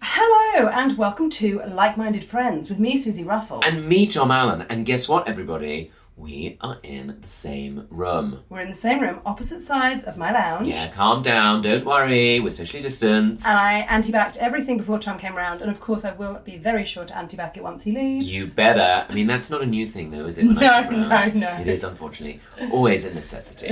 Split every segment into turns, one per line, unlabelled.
Hello, and welcome to Like Minded Friends with me, Susie Ruffle.
And me, Tom Allen. And guess what, everybody? We are in the same room.
We're in the same room, opposite sides of my lounge.
Yeah, calm down. Don't worry. We're socially distanced.
And I anti-backed everything before Tom came round, and of course I will be very sure to anti-back it once he leaves.
You better. I mean, that's not a new thing, though, is it?
No,
I come round?
no, no.
It is, unfortunately, always a necessity.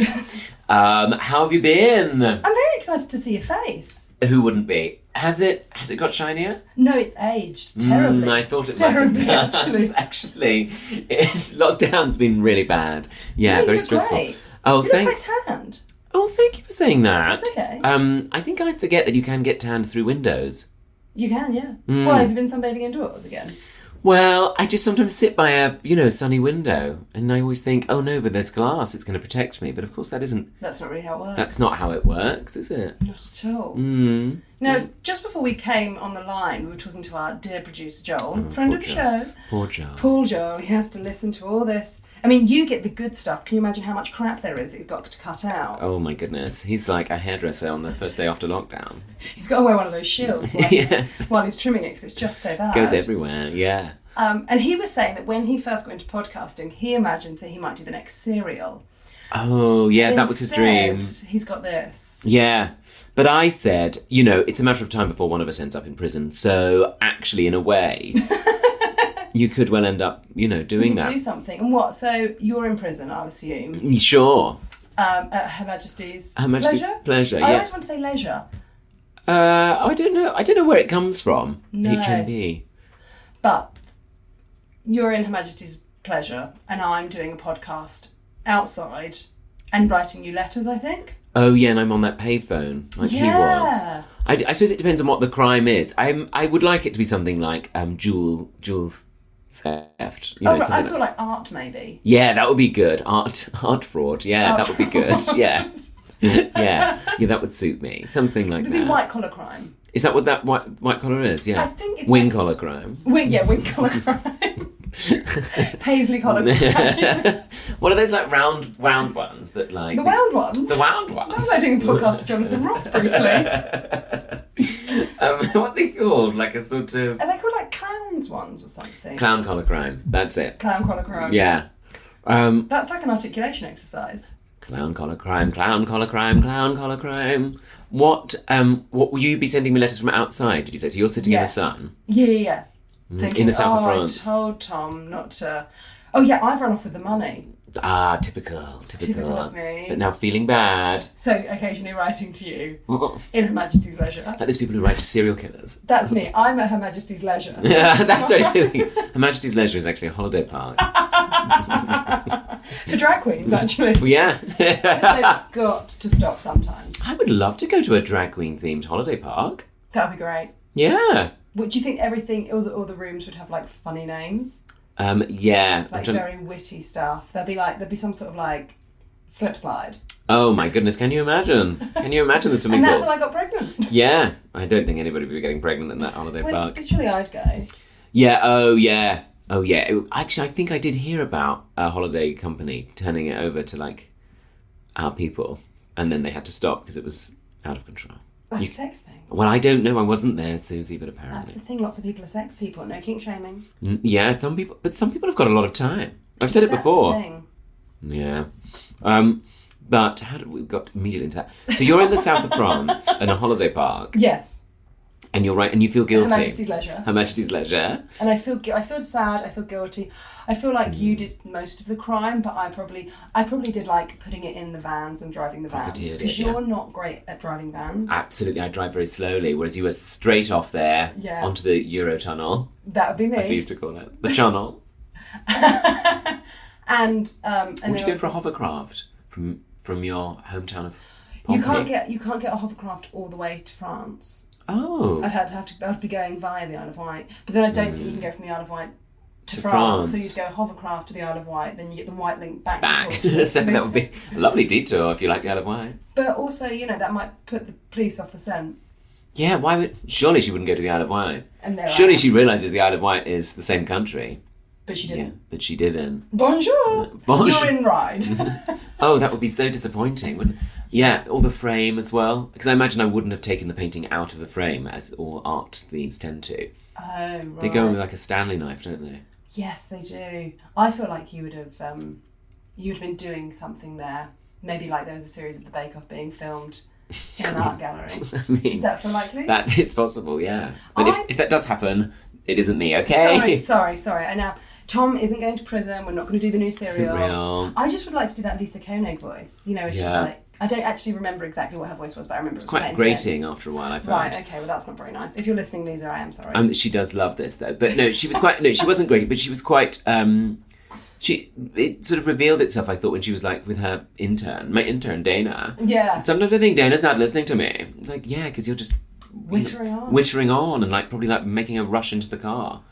um, how have you been?
I'm very excited to see your face.
Who wouldn't be? Has it has it got shinier?
No, it's aged terribly.
Mm, I thought it
terribly,
might have
actually.
done. actually, it, lockdown's been really bad. Yeah,
Yeah, you
very
look
stressful.
great.
Oh,
you
thanks.
look quite tanned.
Oh, thank you for saying that.
That's okay.
Um, I think I forget that you can get tanned through windows.
You can, yeah.
Mm.
Well, have you been sunbathing indoors again?
Well, I just sometimes sit by a you know sunny window, and I always think, oh no, but there's glass; it's going to protect me. But of course, that isn't.
That's not really how it works.
That's not how it works, is it?
Not at all.
Mm.
No, just before we came on the line, we were talking to our dear producer Joel, friend
Oh, poor
of the
Joel.
show.
Poor John.
Paul Joel, he has to listen to all this. I mean, you get the good stuff. Can you imagine how much crap there is that he's got to cut out?
Oh my goodness, he's like a hairdresser on the first day after lockdown.
He's got to wear one of those shields while,
Yes.
he's, while he's trimming it because it's just so bad.
Goes everywhere. Yeah.
um, and he was saying that when he first got into podcasting, he imagined that he might do the next serial.
Oh yeah, that was his dream.
Instead, He's got this.
Yeah. But I said, you know, it's a matter of time before one of us ends up in prison. So actually, in a way, you could well end up, you know, doing
He'd
that.
do something. And what? So you're in prison, I'll assume,
Sure.
um, at Her Majesty's
Her Majesty's
leisure.
pleasure,
I
yeah.
always want to say leisure,
Uh, I don't know. I don't know where it comes from.
No.
HMB.
but you're in Her Majesty's pleasure, and I'm doing a podcast outside and writing you letters. I think.
Oh yeah, and I'm on that payphone like he was.
Yeah.
I, I suppose it depends on what the crime is. I'm. I would like it to be something like um, jewel jewel theft. You know,
oh, right, I
something
feel
like-
like art maybe.
Yeah, that would be good. Art art fraud. Yeah,
Art
that would be good.
fraud.
Yeah. yeah, yeah, that would suit me. Something like
It'd be
that.
white collar crime.
Is that what that white white collar is? Yeah,
I think it's
wing
like-
collar crime.
Wing, yeah, wing collar crime. Paisley collar crime.
what are those like round round ones that like
the wound ones.
the wound
I
ones?
was doing a podcast with Jonathan Ross briefly. Are
um, what are they called? Like a sort of
they called like clowns ones or something?
clown collar crime. That's it.
Clown collar crime.
Yeah. Um,
That's like an articulation exercise.
clown collar crime, clown collar crime, clown collar crime. What um what will you be sending me letters from outside? Did you say so? You're sitting in
Yeah.
the sun.
Yeah, yeah, yeah. Thinking,
Mm, in the south of
"Oh,
France."
I told Tom not to. Oh yeah, I've run off with the money.
Ah, typical, typical.
Typical of me.
But now feeling bad.
So occasionally writing to you
Like
in Her Majesty's leisure.
those people who write to serial killers.
That's me. I'm at Her Majesty's leisure.
That's only Her Majesty's Leisure is actually a holiday park.
for drag queens actually.
Well, yeah.
They've got to stop sometimes.
I would love to go to a drag queen themed holiday park.
That'd be great.
Yeah.
Would you think everything, all the, all the rooms would have like funny names,
Um, yeah. I'm
like
trying-
very witty stuff? There'd be like there'd be some sort of like slip slide,
Oh my goodness, can you imagine? Can you imagine the swimming
and that's
pool?
how I got pregnant.
Yeah. I don't think anybody would be getting pregnant in that holiday
Well,
park.
surely I'd go.
Yeah, oh yeah. Oh yeah. It- actually I think I did hear about a holiday company turning it over to like our people and then they had to stop because it was out of control.
Like
You-
a sex thing.
Well, I don't know. I wasn't there, Susie, but
That's
apparently.
the thing. Lots of people are sex people. No kink shaming.
Mm, Yeah, some people, but some people have got a lot of time. I've said it
That's
before.
The thing.
Yeah. Um, but how did we got immediately into that? So you're in the south of France in a holiday park,
Yes,
and you're right, and you feel
Her
guilty.
Majesty's leisure.
Her Majesty's Leisure.
And I feel gu- I feel sad. I feel guilty. I feel like
Hmm.
you did most of the crime, but I probably I probably did like putting it in the vans and driving the vans
Profiteered
because
it, yeah. Ah,
you're not great at driving vans.
Absolutely, I drive very slowly, whereas you were straight off there
Yeah.
onto the Eurotunnel,
that would be me.
as we used to call it, the channel.
and um, and then
Would you go for
obviously-
a hovercraft from from your hometown of?
you
Pompeii?
can't get you can't get a hovercraft all the way to France.
Oh,
I'd have to, have to I'd be going via the Isle of Wight, but then I don't think you can go from the Isle of Wight to,
Hmm. To
France.
France.
So you'd go hovercraft to the Isle of Wight, then you get the White Link back.
back.
to Portsmouth.
so that would be a lovely detour if you like the Isle of Wight.
But also, you know, that might put the police off the scent.
Yeah, why would? Surely she wouldn't go to the Isle of Wight.
And they're
Surely
like,
she realises the Isle of Wight is the same country.
but she
Yeah,
didn't.
but she didn't.
Bonjour.
Bonjour.
You're in ride.
Oh, that would be so disappointing. Wouldn't Yeah, all the frame as well. Because I imagine I wouldn't have taken the painting out of the frame, as all art themes tend to.
Oh, right.
They go in with like a Stanley knife, don't they?
Yes, they do. I feel like you would have um, you'd have been doing something there. Maybe like there was a series of the Bake Off being filmed in an art gallery.
I mean,
Is that feel likely?
that is possible, yeah. But
I-
if, if that does happen, it isn't me, okay?
Sorry, sorry, sorry. I know Tom isn't going to prison. We're not going to do the new
It isn't
serial.
real.
I just would like to do that Lisa Koenig voice. You know, it's
Yeah.
just like I don't actually remember exactly what her voice was, but I remember it was quite
Quite
intense.
grating after a while, I found.
Right. Okay. Well, that's not very nice. If you're listening, Lisa, I am sorry.
Um, she does love this though, but no, she was quite no, she wasn't great, but she was quite. Um, she it sort of revealed itself, I thought, when she was like with her intern, my intern Dana.
yeah.
Sometimes I think Dana's not listening to me. It's like yeah, because you're just
Wittering on.
wittering on and like probably like making a rush into the car.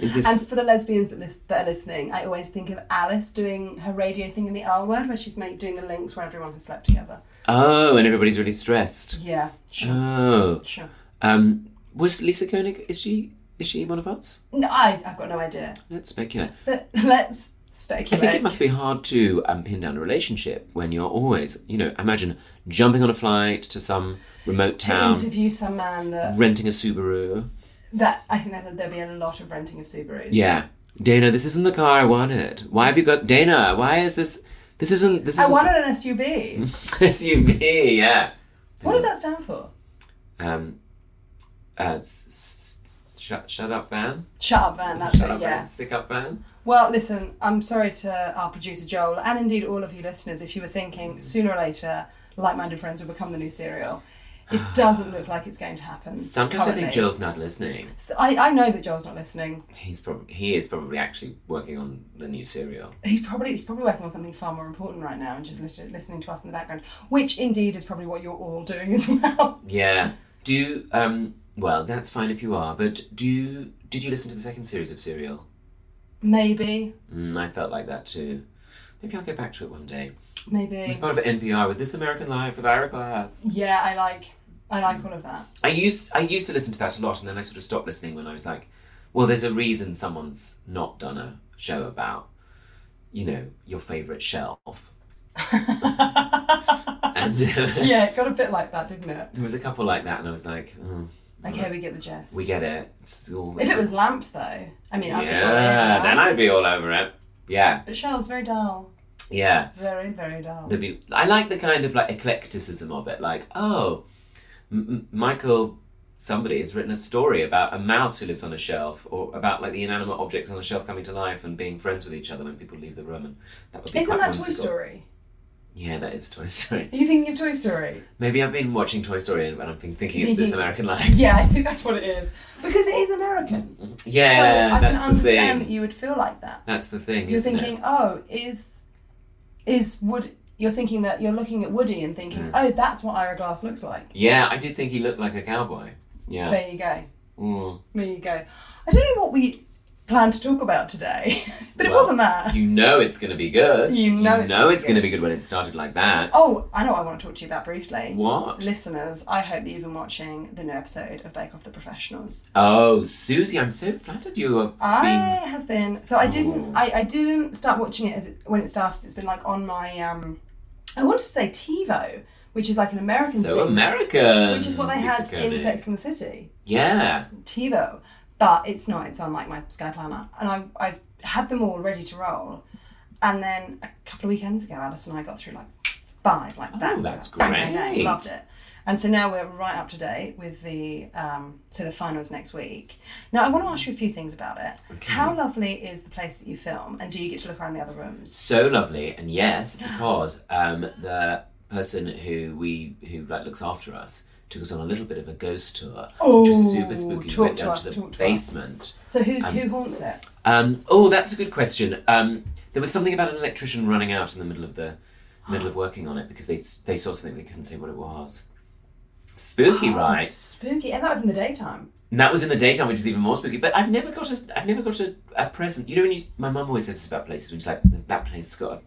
It was-
And for the lesbians that, lis- that are listening, I always think of Alice doing her radio thing in the R word, where she's make, doing the links where everyone has slept together.
oh, and everybody's really stressed.
Yeah, sure,
Oh,
sure.
um, was Lisa Koenig? Is she is she one of us?
No, I, I've got no idea.
Let's speculate.
But let's
I
speculate.
think it must be hard to um, pin down a relationship when you're always, you know, imagine jumping on a flight to some remote
to
town,
interview some man that
renting a Subaru.
that I think there's a, there'll be a lot of renting of Subarus.
Yeah, Dana, this isn't the car I wanted. Why have you got Dana? Why is this? This isn't. This
I
isn't
wanted an SUV.
SUV. Yeah.
what does that stand for?
Um. Uh, s- s- s- shut, shut up, van.
Shut up, van. That's
Shut
it.
up,
Yeah.
van. Stick up, van.
Well, listen, I'm sorry to our producer Joel, and indeed all of you listeners, if you were thinking
Mm.
sooner or later like minded friends will become the new serial. It doesn't look like it's going to happen.
Sometimes I think
currently.
Joel's not listening.
So I, I know that Joel's not listening.
He's probably he is probably actually working on the new serial.
He's probably he's probably working on something far more important right now and just lit- listening to us in the background, which indeed is probably what you're all doing as well.
Yeah. Do you, um well, that's fine if you are, but do you, did you listen to the second series of Serial?
Maybe,
Mm, I felt like that too. Maybe I'll get back to it one day.
maybe.
It's part of NPR with This American Life with Ira Glass.
Yeah, I like I like all of that.
I used I used to listen to that a lot, and then I sort of stopped listening when I was like, well, there's a reason someone's not done a show about, you know, your favorite shelf. And there
yeah, it got a bit like that, didn't it?
was a couple like that, and I was like, oh,
Okay, we get the gist.
we get it. It's all
if it was lamps, though, I mean, I'd be all
yeah,
over
then
that.
I'd be all over it. Yeah,
But Shell's very dull.
yeah.
Very, very dull.
There'd be, I like the kind of like eclecticism of it. Like, oh, M- M- Michael, somebody has written a story about a mouse who lives on a shelf, or about like the inanimate objects on a shelf coming to life and being friends with each other when people leave the room, and that would be
Isn't
quite
that Toy
whimsical.
Story?
Yeah, that is Toy Story.
Are you thinking of Toy Story?
Maybe I've been watching Toy Story and I've been thinking it's This American Life.
Yeah, I think that's what it is. Because it is American.
Yeah,
so I can
that's the thing.
understand that you would feel like that.
That's the thing.
You're
isn't
thinking, oh, is is Wood? You're thinking that you're looking at Woody and thinking, oh, that's what Ira Glass looks like.
it? Yeah, I did think he looked like a cowboy. Yeah.
There you go.
Mm.
There you go. I don't know what we planned to talk about today, but it
Well,
wasn't that.
You know it's going to be good.
You know it's gonna be
going to be good when it started like that.
Oh, I know. What I want to talk to you about briefly.
What?
Listeners, I hope that you've been watching the new episode of Bake Off the Professionals.
Oh, Susie, I'm so flattered you have been.
I have been so I didn't I, I didn't start watching it as it, when it started. It's been like on my um I want to say TiVo, which is like an American
So
thing,
American.
which is what they
Lisa
had in
Koenig.
Sex and the City.
Yeah.
TiVo, but it's not. It's on like my Sky Planner, and I I had them all ready to roll, and then a couple of weekends ago, Alice and I got through like five like that.
Oh, that's
bang, bang, bang,
great.
loved it. And so now we're right up to date with the um, so the finals next week. Now I want to ask you a few things about it. How lovely is the place that you film, and do you get to look around the other rooms?
So lovely, and yes, because um, the person who we who like looks after us took us on a little bit of a ghost tour, which was
Oh,
super spooky.
talk
we went
to
down
us,
to the
talk to us.
basement.
So who's who haunts it?
Um, oh, that's a good question. Um, there was something about an electrician running out in the middle of the middle of working on it because they they saw something they couldn't say what it was. Spooky,
Oh,
right?
spooky, and that was in the daytime.
And that was in the daytime, which is even more spooky. But I've never got a I've never got a, a present. You know, when you my mum always says this about places when she's like that place has got a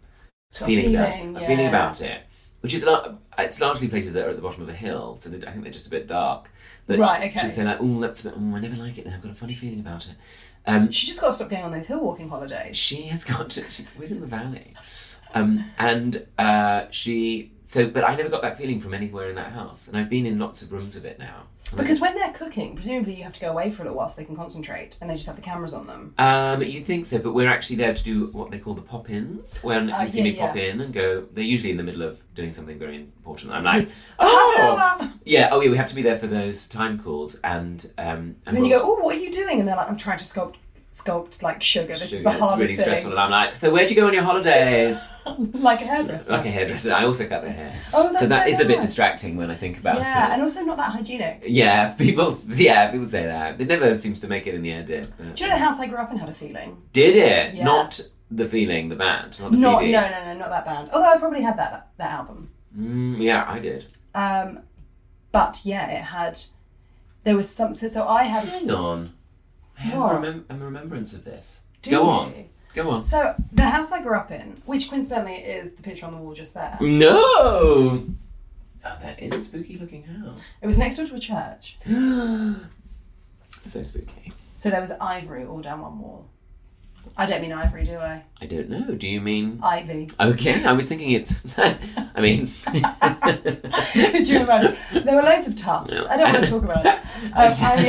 It's got a
feeling, about,
feeling,
a feeling
yeah.
about it, which is a lot, it's largely places that are at the bottom of a hill, so that I think they're just a bit dark. But
Right,
she,
okay.
would say like, oh, that's a bit, oh, I never like it. There, I've got a funny feeling about it. Um,
She just got to stop going on those hill walking holidays.
she has got she's always in the valley um, and uh, she so, but I never got that feeling from anywhere in that house, and I've been in lots of rooms of it now. And I-
Because when they're cooking, presumably you have to go away for a little while so they can concentrate, and they just have the cameras on them.
Um, you'd think so, but we're actually there to do what they call the pop-ins. When
Uh,
you see
yeah,
me pop in and go, they're usually in the middle of doing something very important. I'm like, oh,
Half an hour.
yeah, oh yeah, we have to be there for those time calls, and um, and
And then you
we'll-
go, oh, what are you doing? And they're like, I'm trying to sculpt, sculpt like sugar. This is the
Sugar, it's
hardest
really stressful,
thing.
and I'm like, so where'd you go on your holidays?
like a hairdresser.
like a hairdresser. I also cut their hair,
Oh, that's
so that is a bit
nice.
distracting when I think about
Yeah,
it.
and also not that hygienic.
Yeah, people. Yeah, people say that. It never seems to make it in the end. Did, but-
Do you know the house I grew up in had a feeling?
did it?
Yeah.
Not the feeling, the band, not the
Not,
CD.
no, no, no, not that band. Although I probably had that that album.
Mm, yeah, I did.
Um, but yeah, it had. There was some. So, so I had.
Hang on. I have
What?
a, remem- a remembrance of this.
Do
Go
you?
on. Go on.
So the house I grew up in, which coincidentally is the picture on the wall just there,
No! Oh, that is a spooky looking house.
it was next door to a church.
so spooky.
So there was ivory all down one wall. I don't mean ivory, do I?
I don't know. Do you mean.
Ivy.
Okay, I was thinking it's. I mean.
Could you imagine? There were loads of tusks. I don't want to talk about it. Um, I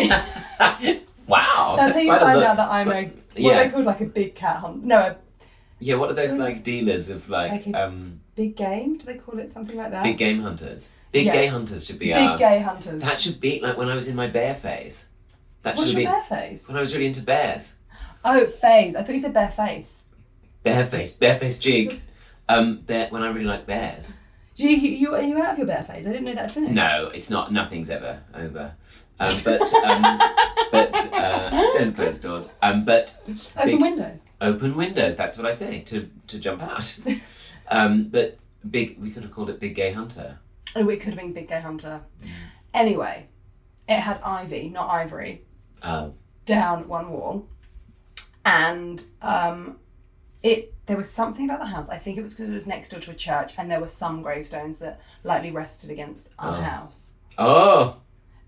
mean,
wow.
that's how you
quite a
find
look.
out that I'm a.
That's quite-
What are they
Yeah.
called? Like a big cat hunt? No, a
Yeah, what are those like dealers of like.
Okay.
um
big game? Do they call it something like that?
Big game hunters? Big
Yeah.
gay hunters should be
Big
out.
gay hunters.
That should be like when I was in my bear phase. That
What's
should be
your bear face?
when I was really into bears.
Oh, phase. I thought you said bare face.
Bareface, bareface jig. Um, bear, when I really like bears.
Do you, you, you, are you out of your bear phase? I didn't know that had finished.
No, it's not. Nothing's ever over. Um, but um, but uh, don't close doors. Um, but
Open
big-
windows.
open windows. That's what I say to to jump out. Um, but big. We could have called it big gay hunter.
Oh, it could have been Big Gay Hunter. Anyway, it had ivy, not ivory,
Oh,
down one wall, and um, it there was something about the house. I think it was because it was next door to a church, and there were some gravestones that lightly rested against our
Oh.
house.
oh,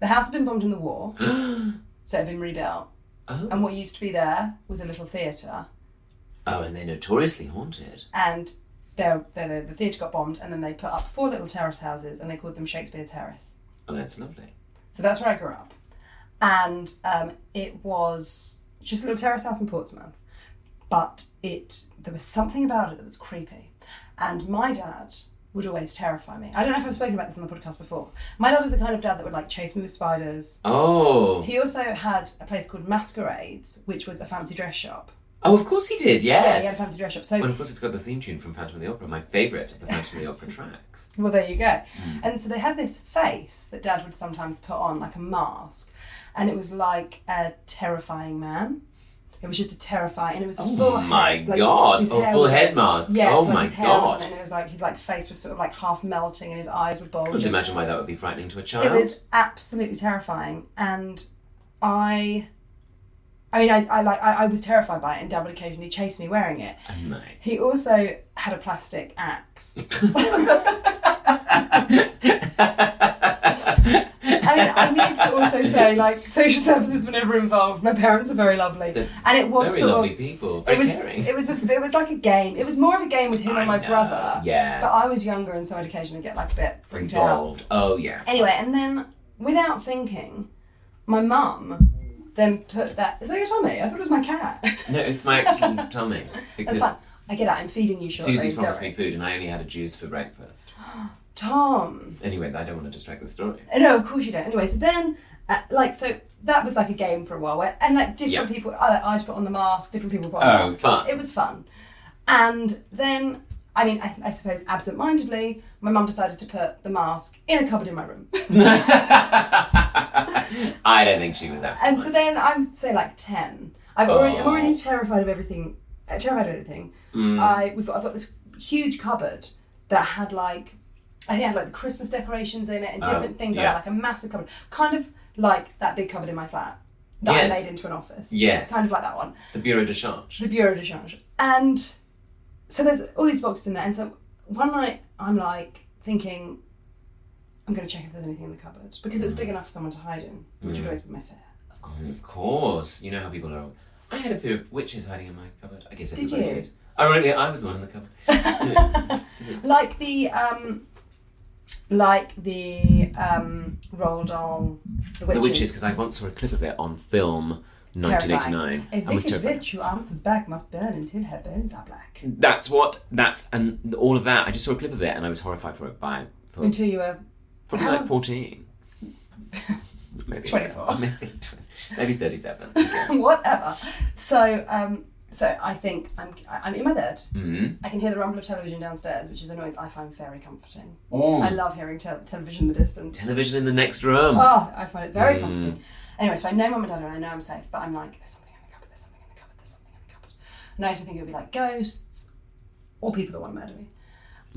The house had been bombed in the war, so it had been rebuilt,
oh,
and what used to be there was a little theatre.
oh, and they're notoriously haunted.
and their, their, their, the theatre got bombed, and then they put up four little terrace houses, and they called them Shakespeare Terrace.
Oh, that's lovely.
So that's where I grew up, and um, it was just a little terrace house in Portsmouth, but it there was something about it that was creepy, and my dad would always terrify me. I don't know if I've spoken about this on the podcast before. My dad is the kind of dad that would like chase me with spiders.
Oh,
He also had a place called Masquerades, which was a fancy dress shop.
oh, of course he did.
Yeah, he had
Yes.
a fancy dress shop. So
Well, of course, it's got the theme tune from Phantom of the Opera, my favourite of the Phantom of the Opera tracks.
Well, there you go.
Hmm.
And so they had this face that dad would sometimes put on, like a mask, and it was like a terrifying man. It was just a terrifying, and it was a full
Oh my
head, like,
god!
his
Oh,
hair
full
was-
head mask.
Yeah,
oh
so, like,
my
his hair was on
god!
it, and it was like his like face was sort of like half melting, and his eyes would bulge.
I can't
and-
imagine why that would be frightening to a child.
it was absolutely terrifying, and I. I mean, I, I like I, I was terrified by it, and Dad would occasionally chase me wearing it.
Oh my.
He also had a plastic axe. I, I need to also say, like, social services were never involved. My parents are very lovely,
They're
and it was
Very
sort
lovely
of
people. Very
it was
caring.
it was a, it was like a game. It was more of a game with him
I
and my
know.
brother.
Yeah.
but I was younger, and so I'd occasionally get like a bit freaked out.
Involved. Oh yeah.
Anyway, and then without thinking, my mum then put that. Is that your Tommy? I thought it was my cat.
No, it's my actual tummy
That's
because
fine. I get out. I'm feeding you shortly.
Susie's
don't
promised me
worry.
food and I only had a juice for breakfast.
Tom.
Anyway, I don't want to distract the story.
No, of course you don't. Anyway, so then, uh, like, so that was like a game for a while, where, and like different
Yeah.
people, I, I'd put on the mask, different people put on
Oh,
the
it was
mask.
fun.
It was fun. And then, I mean, I, I suppose absent-mindedly, my mum decided to put the mask in a cupboard in my room.
I don't think she was
and so
absolutely.
then I'm say like ten. I've already, I'm
Oh. Mm.
already terrified of everything. Uh, terrified of everything. I we've got, I've got this huge cupboard that had like I think it had like the Christmas decorations in it and
Oh,
different things.
yeah.
like that, like a massive cupboard, kind of like that big cupboard in my flat that I
Yes.
made into an office.
Yes.
kind of like that one.
The Bureau de Change.
The Bureau de Change. And so there's all these boxes in there. And so one night I'm like thinking, I'm going to check if there's anything in the cupboard because it was
Mm.
big enough for someone to hide in, which would always be my fear, of course.
Of course, you know how people are. I had a fear of witches hiding in my cupboard. I guess
Did
everybody Oh,
you?
did. Ironically, I was the one in the cupboard.
Like the um, like the um, Roald Dahl, the
The
witches.
Witches, because I once saw a clip of it on film, 1989,
A
and was
wicked
terrified.
witch who answers back must burn until her bones are black.
That's what that's and all of that. I just saw a clip of it, and I was horrified for it by for
Until you were
probably
How-
like 14, maybe
24.
maybe, 20, maybe 37. Yeah.
whatever. So, um, so I think I'm I- I'm in my bed.
Mhm.
I can hear the rumble of television downstairs, which is a noise I find very comforting.
Oh.
I love hearing te- television in the distance.
Television in the next room.
Oh, I find it
Mm.
very comforting. Anyway, so I know mum and dad are, and I know I'm safe, but I'm like, there's something in the cupboard, there's something in the cupboard, there's something in the cupboard. And I used to think it would be like ghosts or people that want to murder me.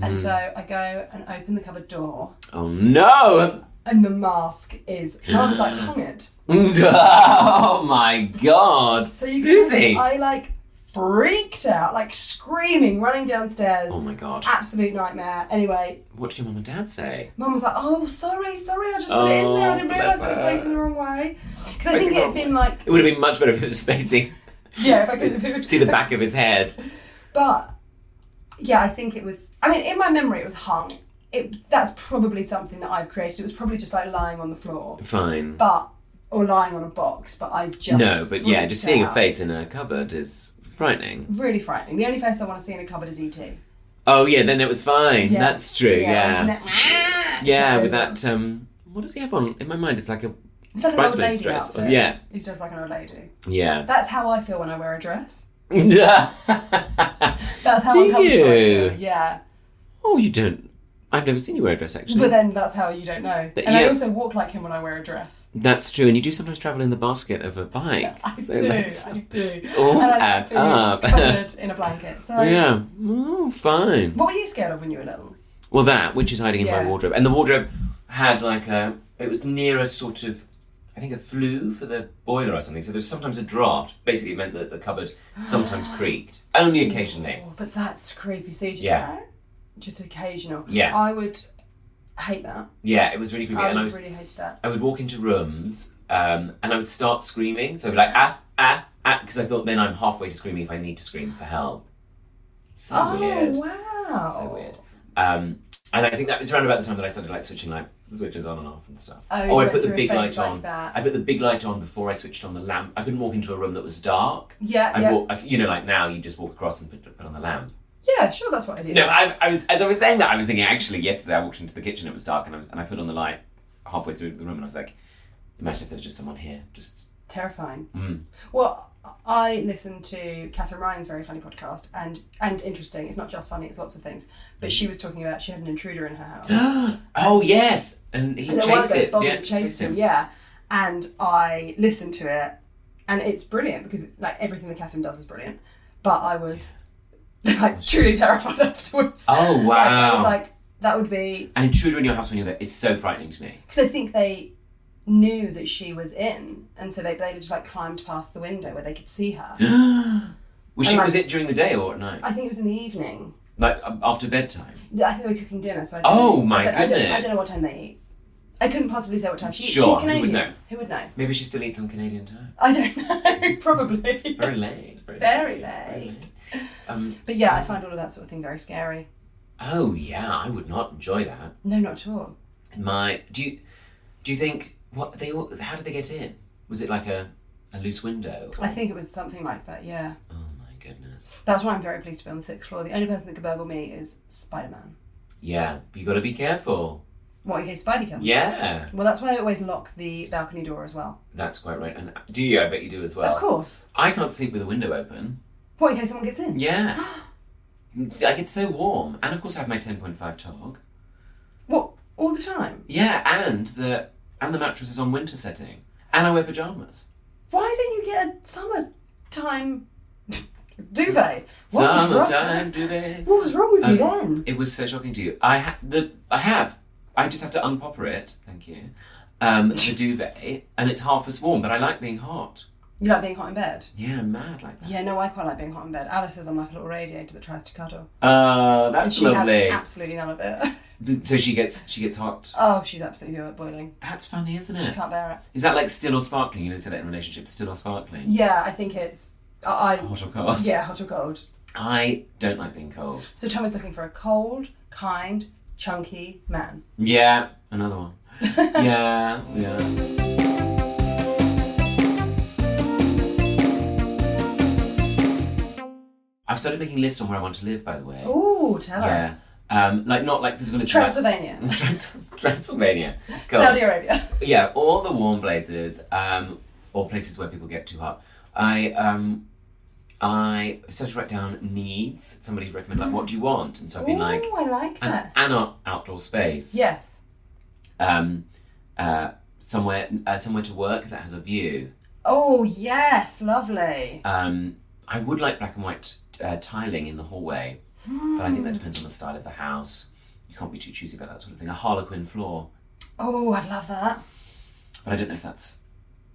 And
Mm.
so I go and open the cupboard door,
Oh no!
and the mask is. Mum's like, hung it.
Oh my god!
So you
Susie!
Can, I like freaked out, like screaming, running downstairs.
oh my god.
Absolute nightmare. Anyway,
What did your mum and dad say?
Mum was like, "Oh, sorry, sorry, I just put it in there. I didn't
Oh,
realise it
bless
was
her.
facing the wrong way." Because I
Facing
think
the
it
wrong
had been like,
It would have been much better if it was facing.
yeah, if I could if it was-
See the back of his head.
But yeah, I think it was. I mean, in my memory, it was hung. It that's probably something that I've created. It was probably just like lying on the floor,
Fine.
but or lying on a box. But I just
no, but yeah, just
freaked
seeing a
out.
face in a cupboard is frightening.
Really frightening. The only face I want to see in a cupboard is E ET.
Oh yeah, then it was fine.
Yeah.
That's true.
Yeah,
Yeah. Yeah,
isn't it?
with that. Um, what does he have on? In my mind, it's like a
It's like an old
bridesmaid's
lady
dress.
outfit.
Yeah.
He's dressed like an old lady.
Yeah.
That's how I feel when I wear a dress. That's
that's
how
Do
uncomfortable I feel.
you?
Yeah.
Oh, you don't. I've never seen you wear a dress actually.
But then that's how you don't know.
But
and I
yeah.
also walk like him when I wear a dress.
That's true, and you do sometimes travel in the basket of a bike.
I
so
do.
that's-
I do.
it's all
and I
adds
feel
up.
covered in a blanket. So
yeah. Oh, fine.
what were you scared of when you were little?
Well, that which is hiding in
Yeah.
my wardrobe, and the wardrobe had like a. It was near a sort of, I think a flue for the boiler or something. So there was sometimes a draft. Basically, it meant that the cupboard sometimes creaked, only occasionally.
Oh, but that's creepy. So you just
Yeah.
just occasional.
Yeah.
I would hate that.
Yeah, it was really creepy,
I
and I
would
would,
really hate that.
I would walk into rooms, um, and I would start screaming. So I'd be like ah ah ah, because I thought then I'm halfway to screaming if I need to scream for help. So
oh
weird.
wow.
So weird. Um, and I think that was around about the time that I started like switching light switches on and off and stuff.
Oh, you
I
went
put the
through a
big
phase
light
like
on.
that.
I put the big light on before I switched on the lamp. I couldn't walk into a room that was dark.
Yeah,
I
yeah.
walk, I, you know, like now you just walk across and put, put on the lamp.
Yeah, sure that's what I did.
No, I, I was as I was saying that I was thinking actually yesterday I walked into the kitchen it was dark and I was and I put on the light halfway through the room and I was like, imagine if there was just someone here, just
Terrifying.
Mm.
Well, I listen to Catherine Ryan's very funny podcast, and and interesting. It's not just funny; it's lots of things.
Hmm.
But she was talking about she had an intruder in her house.
oh yes, and he
And a while
chased
ago,
it.
Bobby
yeah,
chased him. Yeah, and I listened to it, and it's brilliant because like everything that Catherine does is brilliant. But I was like truly terrified afterwards.
Oh
Like, I was
wow!
like, that would be
An intruder in your house when you're there is so frightening to me.
because I think they knew that she was in, and so they they just like climbed past the window where they could see her.
Was
And
she
like-
was it during the day or at night?
I think it was in the evening.
Like um, after bedtime?
I think they were cooking dinner, so I don't
Oh
know.
my
I don't, I don't- I don't,
goodness.
know what time they eat. I couldn't possibly say what time she
Sure,
She's
who would
Canadian.
know?
Who would know?
Maybe she still eats on Canadian time.
I don't know. Probably.
Very late.
Very
Very, very
late.
late. Um,
But yeah, I find all of that sort of thing very scary.
oh yeah, I would not enjoy that.
No, not at all.
My do you do you think what they all how did they get in? Was it like a a loose window?
I think it was something like that, yeah.
Oh my goodness.
That's why I'm very pleased to be on the sixth floor. The only person that could burgle me is Spider Man.
Yeah, you got to be careful.
What, in case Spidey comes?
Yeah,
Well, that's why I always lock the balcony door as well.
that's quite right. And do you? I bet you do as well.
Of course.
I can't sleep with the window open.
What, in case someone gets in?
Yeah. I get so warm, and of course I have my ten point five tog.
What, all the time?
Yeah, and the and the mattress is on winter setting. And I wear pajamas.
Why don't you get a summertime duvet? What was wrong-
Summertime duvet.
What was wrong with me
Um,
then?
It was so shocking to you. I ha- the I have. I just have to unpopper it. Thank you. Um, the duvet, and it's half as warm, but I like being hot.
You like being hot in bed?
Yeah, I'm mad like that.
Yeah, no, I quite like being hot in bed. Alice says I'm like a little radiator that tries to cuddle.
Uh,
And
that's
she
lovely.
has absolutely none of it.
so she gets she gets hot.
oh, she's absolutely boiling.
That's funny, isn't
She
it?
can't bear it.
Is that like still or sparkling? You know, they say that in relationships, still or sparkling.
Yeah, I think it's. I, I
Hot or cold?
Yeah, hot or cold.
I don't like being cold.
So Tom is looking for a cold, kind, chunky man.
Yeah, another one. yeah, yeah. I've started making lists on where I want to live, by the way.
Ooh, tell
Yeah.
us.
Um, like not like physical attraction.
Transylvania,
Trans- Transylvania. Cool.
Saudi Arabia.
Yeah, all the warm places, um, or places where people get too hot. I um, I started to write down needs. Somebody recommended like, what do you want? And so I've been
Ooh,
like,
I like that.
an, an out- outdoor space.
yes.
Um, uh, somewhere, uh, somewhere to work that has a view.
Oh yes, lovely.
Um, I would like black and white uh, tiling in the hallway, but I think that depends on the style of the house. You can't be too choosy about that sort of thing. A harlequin floor,
Oh, I'd love that.
but I don't know if that's.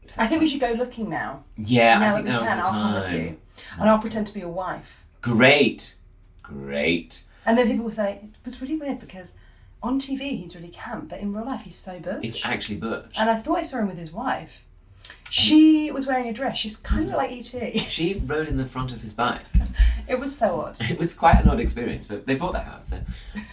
if
I
that's-
think we should go looking now.
Yeah,
now
I think
that we
now's
can,
the
I'll come with
time.
you, and I'll pretend to be your wife.
Great, great.
And then people will say it was really weird because on TV he's really camp, but in real life he's so butch.
It's actually Butch.
and I thought I saw him with his wife. She was wearing a dress. She's kind of like ET.
She rode in the front of his bike.
It was so odd.
It was quite an odd experience, but they bought the house. So,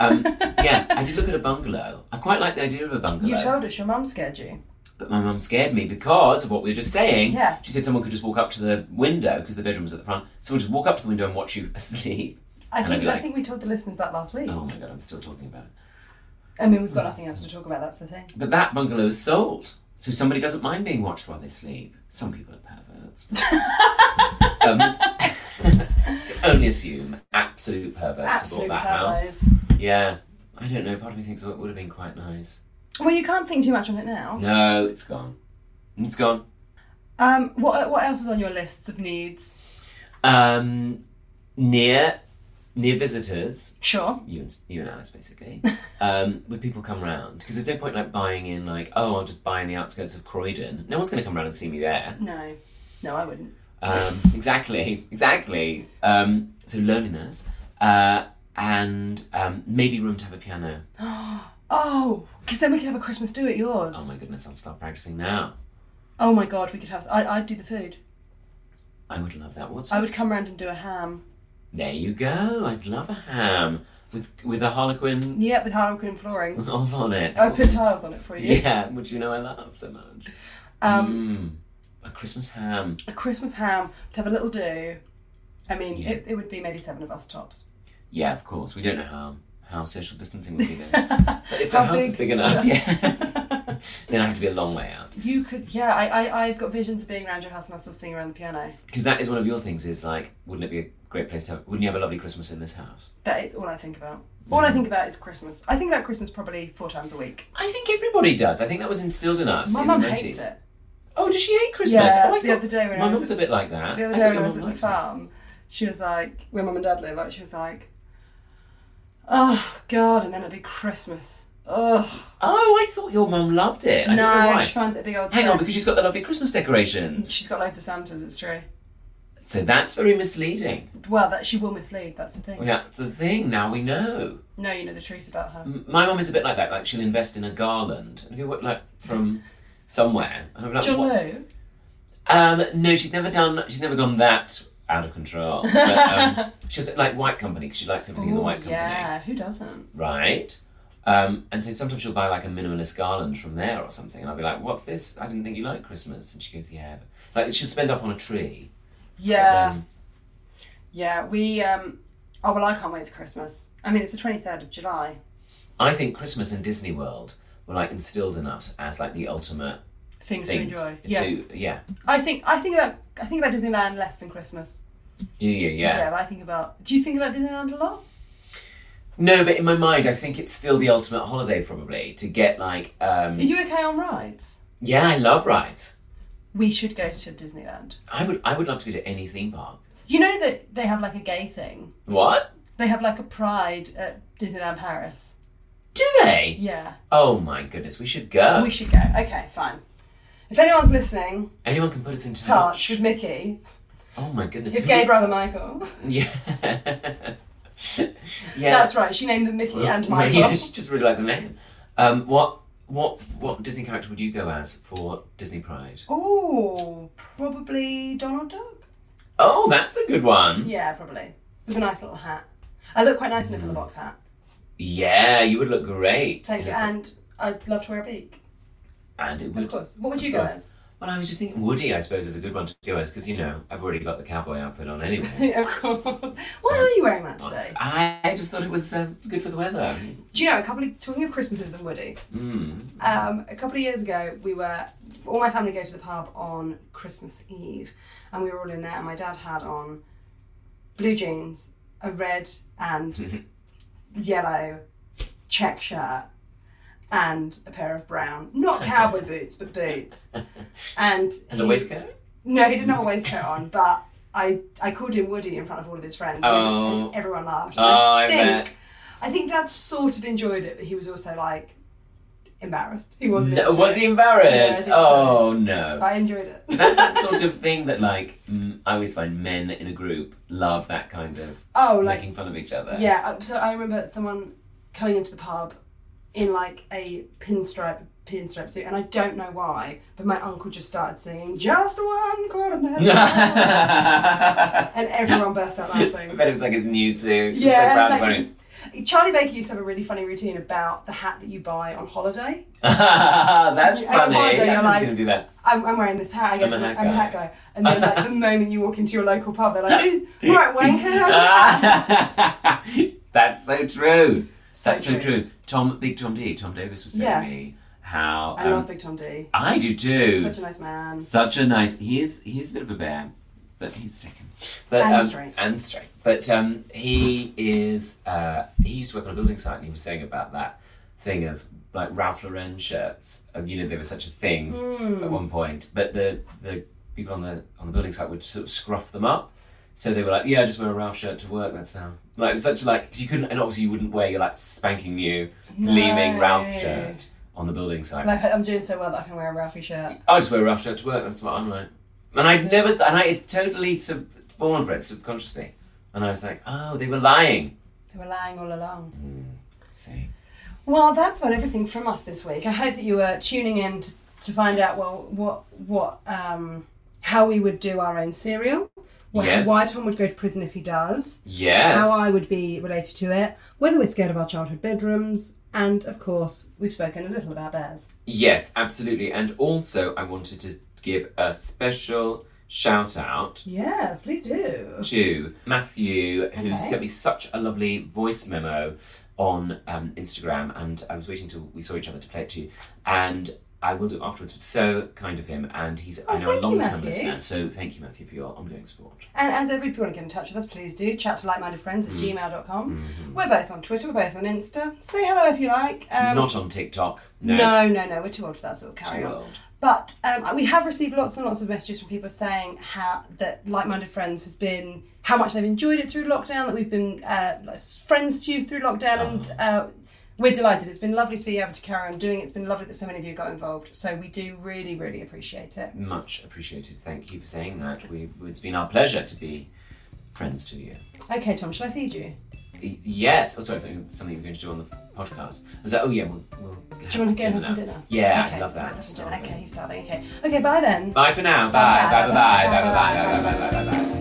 um, yeah, I did look at a bungalow. I quite like the idea of a bungalow.
You told us your mum scared you.
But my mum scared me because of what we were just saying.
Yeah.
She said someone could just walk up to the window because the bedroom was at the front. Someone just walk up to the window and watch you asleep.
I
And I'd
think
be
I
like-
think we told the listeners that last week.
Oh my god, I'm still talking about it.
I mean, we've got nothing else to talk about. That's the thing.
But that bungalow is sold, so somebody doesn't mind being watched while they sleep. Some people are perverts. um, could only assume absolute perverts
Absolute
bought that
pervos.
house. Yeah. I don't know. Part of me thinks well, it would have been quite nice.
Well, you can't think too much on it now.
No, it's gone. It's gone.
Um, what what else is on your lists of needs?
Um, near, near visitors.
Sure.
you and you and Alice basically, um, would people come round? Because there's no point like buying in like oh I'll just buy in the outskirts of Croydon. No one's going to come round and see me there.
No. No, I wouldn't.
Um, exactly, exactly. Um, so loneliness uh, and um, maybe room to have a piano.
Oh, because then we could have a Christmas do at yours.
Oh my goodness, I'll start practicing now.
Oh my god, we could have. I, I'd do the food.
I would love that. What's
I would come round and do a ham.
there? You go. I'd love a ham with with a harlequin
Yeah, with harlequin flooring.
off on it.
I would put tiles on it for you.
yeah, which you know I love so much.
Um,
Mm, a Christmas ham.
a Christmas ham. We'd have a little do. I mean,
Yeah.
it, it would be maybe seven of us tops.
Yeah, of course. We don't know how how social distancing will be there. But if the
How
house is
big-
big enough, yeah. then I have to be a long way out.
You could, yeah. I, I, I've got visions of being around your house and us all singing around the piano.
Because that is one of your things is like, wouldn't it be a great place to have, wouldn't you have a lovely Christmas in this house?
That is all I think about. All I think about is Christmas. I think about Christmas probably four times a week.
I think everybody does. I think that was instilled in us
My
in the
mum
90s.
hates it.
Oh, does she hate Christmas?
Yeah,
oh, I
the
thought
other day when
my
I was
mum's
at-
a bit like that.
The other
I
day
thought
when
your
I was
mum
at the
liked it.
farm, she was like, where mum and dad live, like, she was like, oh god, and then it'd be Christmas. Ugh.
Oh, I thought your mum loved it. I don't know
no,
why.
she finds it a big old.
Hang on,
stress.
because she's got the lovely Christmas decorations.
she's got loads of Santas. It's true.
So that's very misleading.
Well, that she will mislead. That's the thing.
Well, that's the thing. Now we know.
No, you know the truth about her.
M- My mum is a bit like that. Like she'll invest in a garland, and go, like from somewhere. And I'm like,
John
what?
Lou.
Um, no, she's never done. She's never gone that out of control. But, um, she's like White Company because she likes everything in the
Ooh,
White Company,
Oh, yeah, who doesn't?
right? Um, and so sometimes she'll buy like a minimalist garland from there or something, and I'll be like, "What's this? I didn't think you liked Christmas." And she goes, "Yeah." But, like she'll spend up on a tree.
Yeah,
Um,
yeah. We um. Oh well, I can't wait for Christmas. I mean, it's the twenty third of July.
I think Christmas and Disney World were like instilled in us as like the ultimate
Things,
things
to enjoy. Yeah,
to- yeah,
I think I think about I think about Disneyland less than Christmas.
yeah, yeah, yeah.
Yeah, but I think about. Do you think about Disneyland a lot?
No, but in my mind, I think it's still the ultimate holiday, probably, to get like,
Are
um,
you okay on rides?
yeah, I love rides.
We should go to Disneyland.
I would, I would love to go to any theme park.
You know that they have like a gay thing.
What
They have like a pride at Disneyland Paris.
do they?
Yeah.
Oh my goodness, we should go.
We should go. Okay, fine. If anyone's listening,
Anyone can put us in
touch
touch.
with Mickey,
Oh my goodness,
his
who-
gay brother Michael.
Yeah, yeah.
That's right. She named them Mickey and Michael.
Yeah, just really like the name. Um, what, what, what Disney character would you go as for Disney Pride?
Oh, probably Donald Duck.
Oh, that's a good one. Mm.
Yeah, probably with a nice little hat. I look quite nice in a pillar box hat.
Yeah, you would look great.
Take it.
in a-
And I'd love to wear a beak.
and it
Of
would.
course. What would you
Of course.
guys?
Well, I was just thinking Woody, I suppose, is a good one to go as because you know I've already got the cowboy outfit on anyway.
of course. Why are you wearing that
Oh.
today?
I, I just thought it was um, good for the weather.
Do you know, a couple of, talking of Christmases and Woody,
Mm.
um, a couple of years ago, we were, all my family go to the pub on Christmas Eve, and we were all in there, and my dad had on blue jeans, a red and yellow check shirt, and a pair of brown, not cowboy boots, but boots. And,
And a
he-
waistcoat.
No, he didn't have a waistcoat on, but I, I called him Woody in front of all of his friends.
Oh.
And everyone laughed.
Oh, I
think,
bet.
I think Dad sort of enjoyed it, but he was also like embarrassed. He wasn't.
No,
into
was
it.
he
Yeah, I
embarrassed?
think so.
oh no.
I enjoyed it.
That's that sort of thing that, like, mm, I always find men in a group love that kind of
oh, like
making fun of each other.
yeah. I- So I remember someone coming into the pub in like a pinstripe pinstripe suit, and I don't know why, but my uncle just started singing "Just One Corner,"
I
and everyone burst out laughing.
bet it was like his new suit. He was
Yeah,
so proud
like-
of wearing it.
Charlie Baker used to have a really funny routine about the hat that you buy on holiday.
That's
I
funny.
apologize,
I
you're
haven't
like-
seen him do that.
I'm, I'm wearing this hat. I guess I'm
I'm a
a,
hat
I'm a hat guy. And then, like the moment you walk into your local pub, they're like, "Ooh, "All right, wanker." how's your
Ah.
hat?"
That's so true.
So
That's so true. Tom, Big Tom D, Tom Davis was telling
Yeah.
me how
I
um,
love Big Tom D.
I do too.
Such a nice man.
Such a nice. He is. He is a bit of a bear, but he's taken. But,
And
um,
straight.
And straight. But um, he is. Uh, he used to work on a building site, and he was saying about that thing of like Ralph Lauren shirts. And you know, there was such a thing
Hmm.
at one point. But the the people on the on the building site would sort of scruff them up. So they were like, "Yeah, I just wear a Ralph shirt to work. That's how." Like such a like 'cause you couldn't, and obviously you wouldn't wear your like spanking new gleaming Ralph
No.
shirt on the building site.
Like I'm doing so well that I can wear a Ralphie shirt.
I just wear a rough shirt to work. That's what I'm like. And I'd never, and I had totally sub- fallen for it subconsciously. And I was like, oh, they were lying.
They were lying all along.
See,
Well, that's about everything from us this week. I hope that you were tuning in to, to find out well what what um, how we would do our own serial. Wh-
Yes.
Why Tom would go to prison if he does.
yes,
how I would be related to it, whether we're scared of our childhood bedrooms, and of course, we've spoken a little about bears.
yes, absolutely. And also, I wanted to give a special shout out
Yes, please do.
to Matthew, who
Okay.
sent me such a lovely voice memo on um, Instagram, and I was waiting till we saw each other to play it to you, and I will do it afterwards. It's so kind of him, and he's
Oh,
I know a
thank you,
long time
Matthew.
listener. So thank you, Matthew, for your ongoing support.
And as ever, if you want to get in touch with us, please do. Chat to likemindedfriends at gmail.com. We're both on Twitter, we're both on Insta. Say hello if you like. Um,
Not on TikTok. No.
no, no, no, we're too old for that sort of carry
Too
on.
old.
But um, we have received lots and lots of messages from people saying how that Like Minded Friends has been how much they've enjoyed it through lockdown. That we've been uh, like, friends to you through lockdown, and
Uh-huh.
uh, we're delighted. It's been lovely to be able to carry on doing it. It's been lovely that so many of you got involved. So we do really, really appreciate it.
Much appreciated. Thank you for saying that. We it's been our pleasure to be friends to you.
Okay, Tom, shall I feed you?
Y- Yes. Oh, sorry. I thought it was something you were going to do on the podcast. I was like, oh yeah, we'll. we'll
Do you want to go and have some dinner?
Yeah,
okay.
I love that.
Let's have some dinner. Okay, he's starving. Okay, okay. Bye then.
Bye for now. Bye. Bye. Bye. Bye. Bye. Bye. Bye. Bye. Bye. Bye. Bye. Bye. Bye. Bye.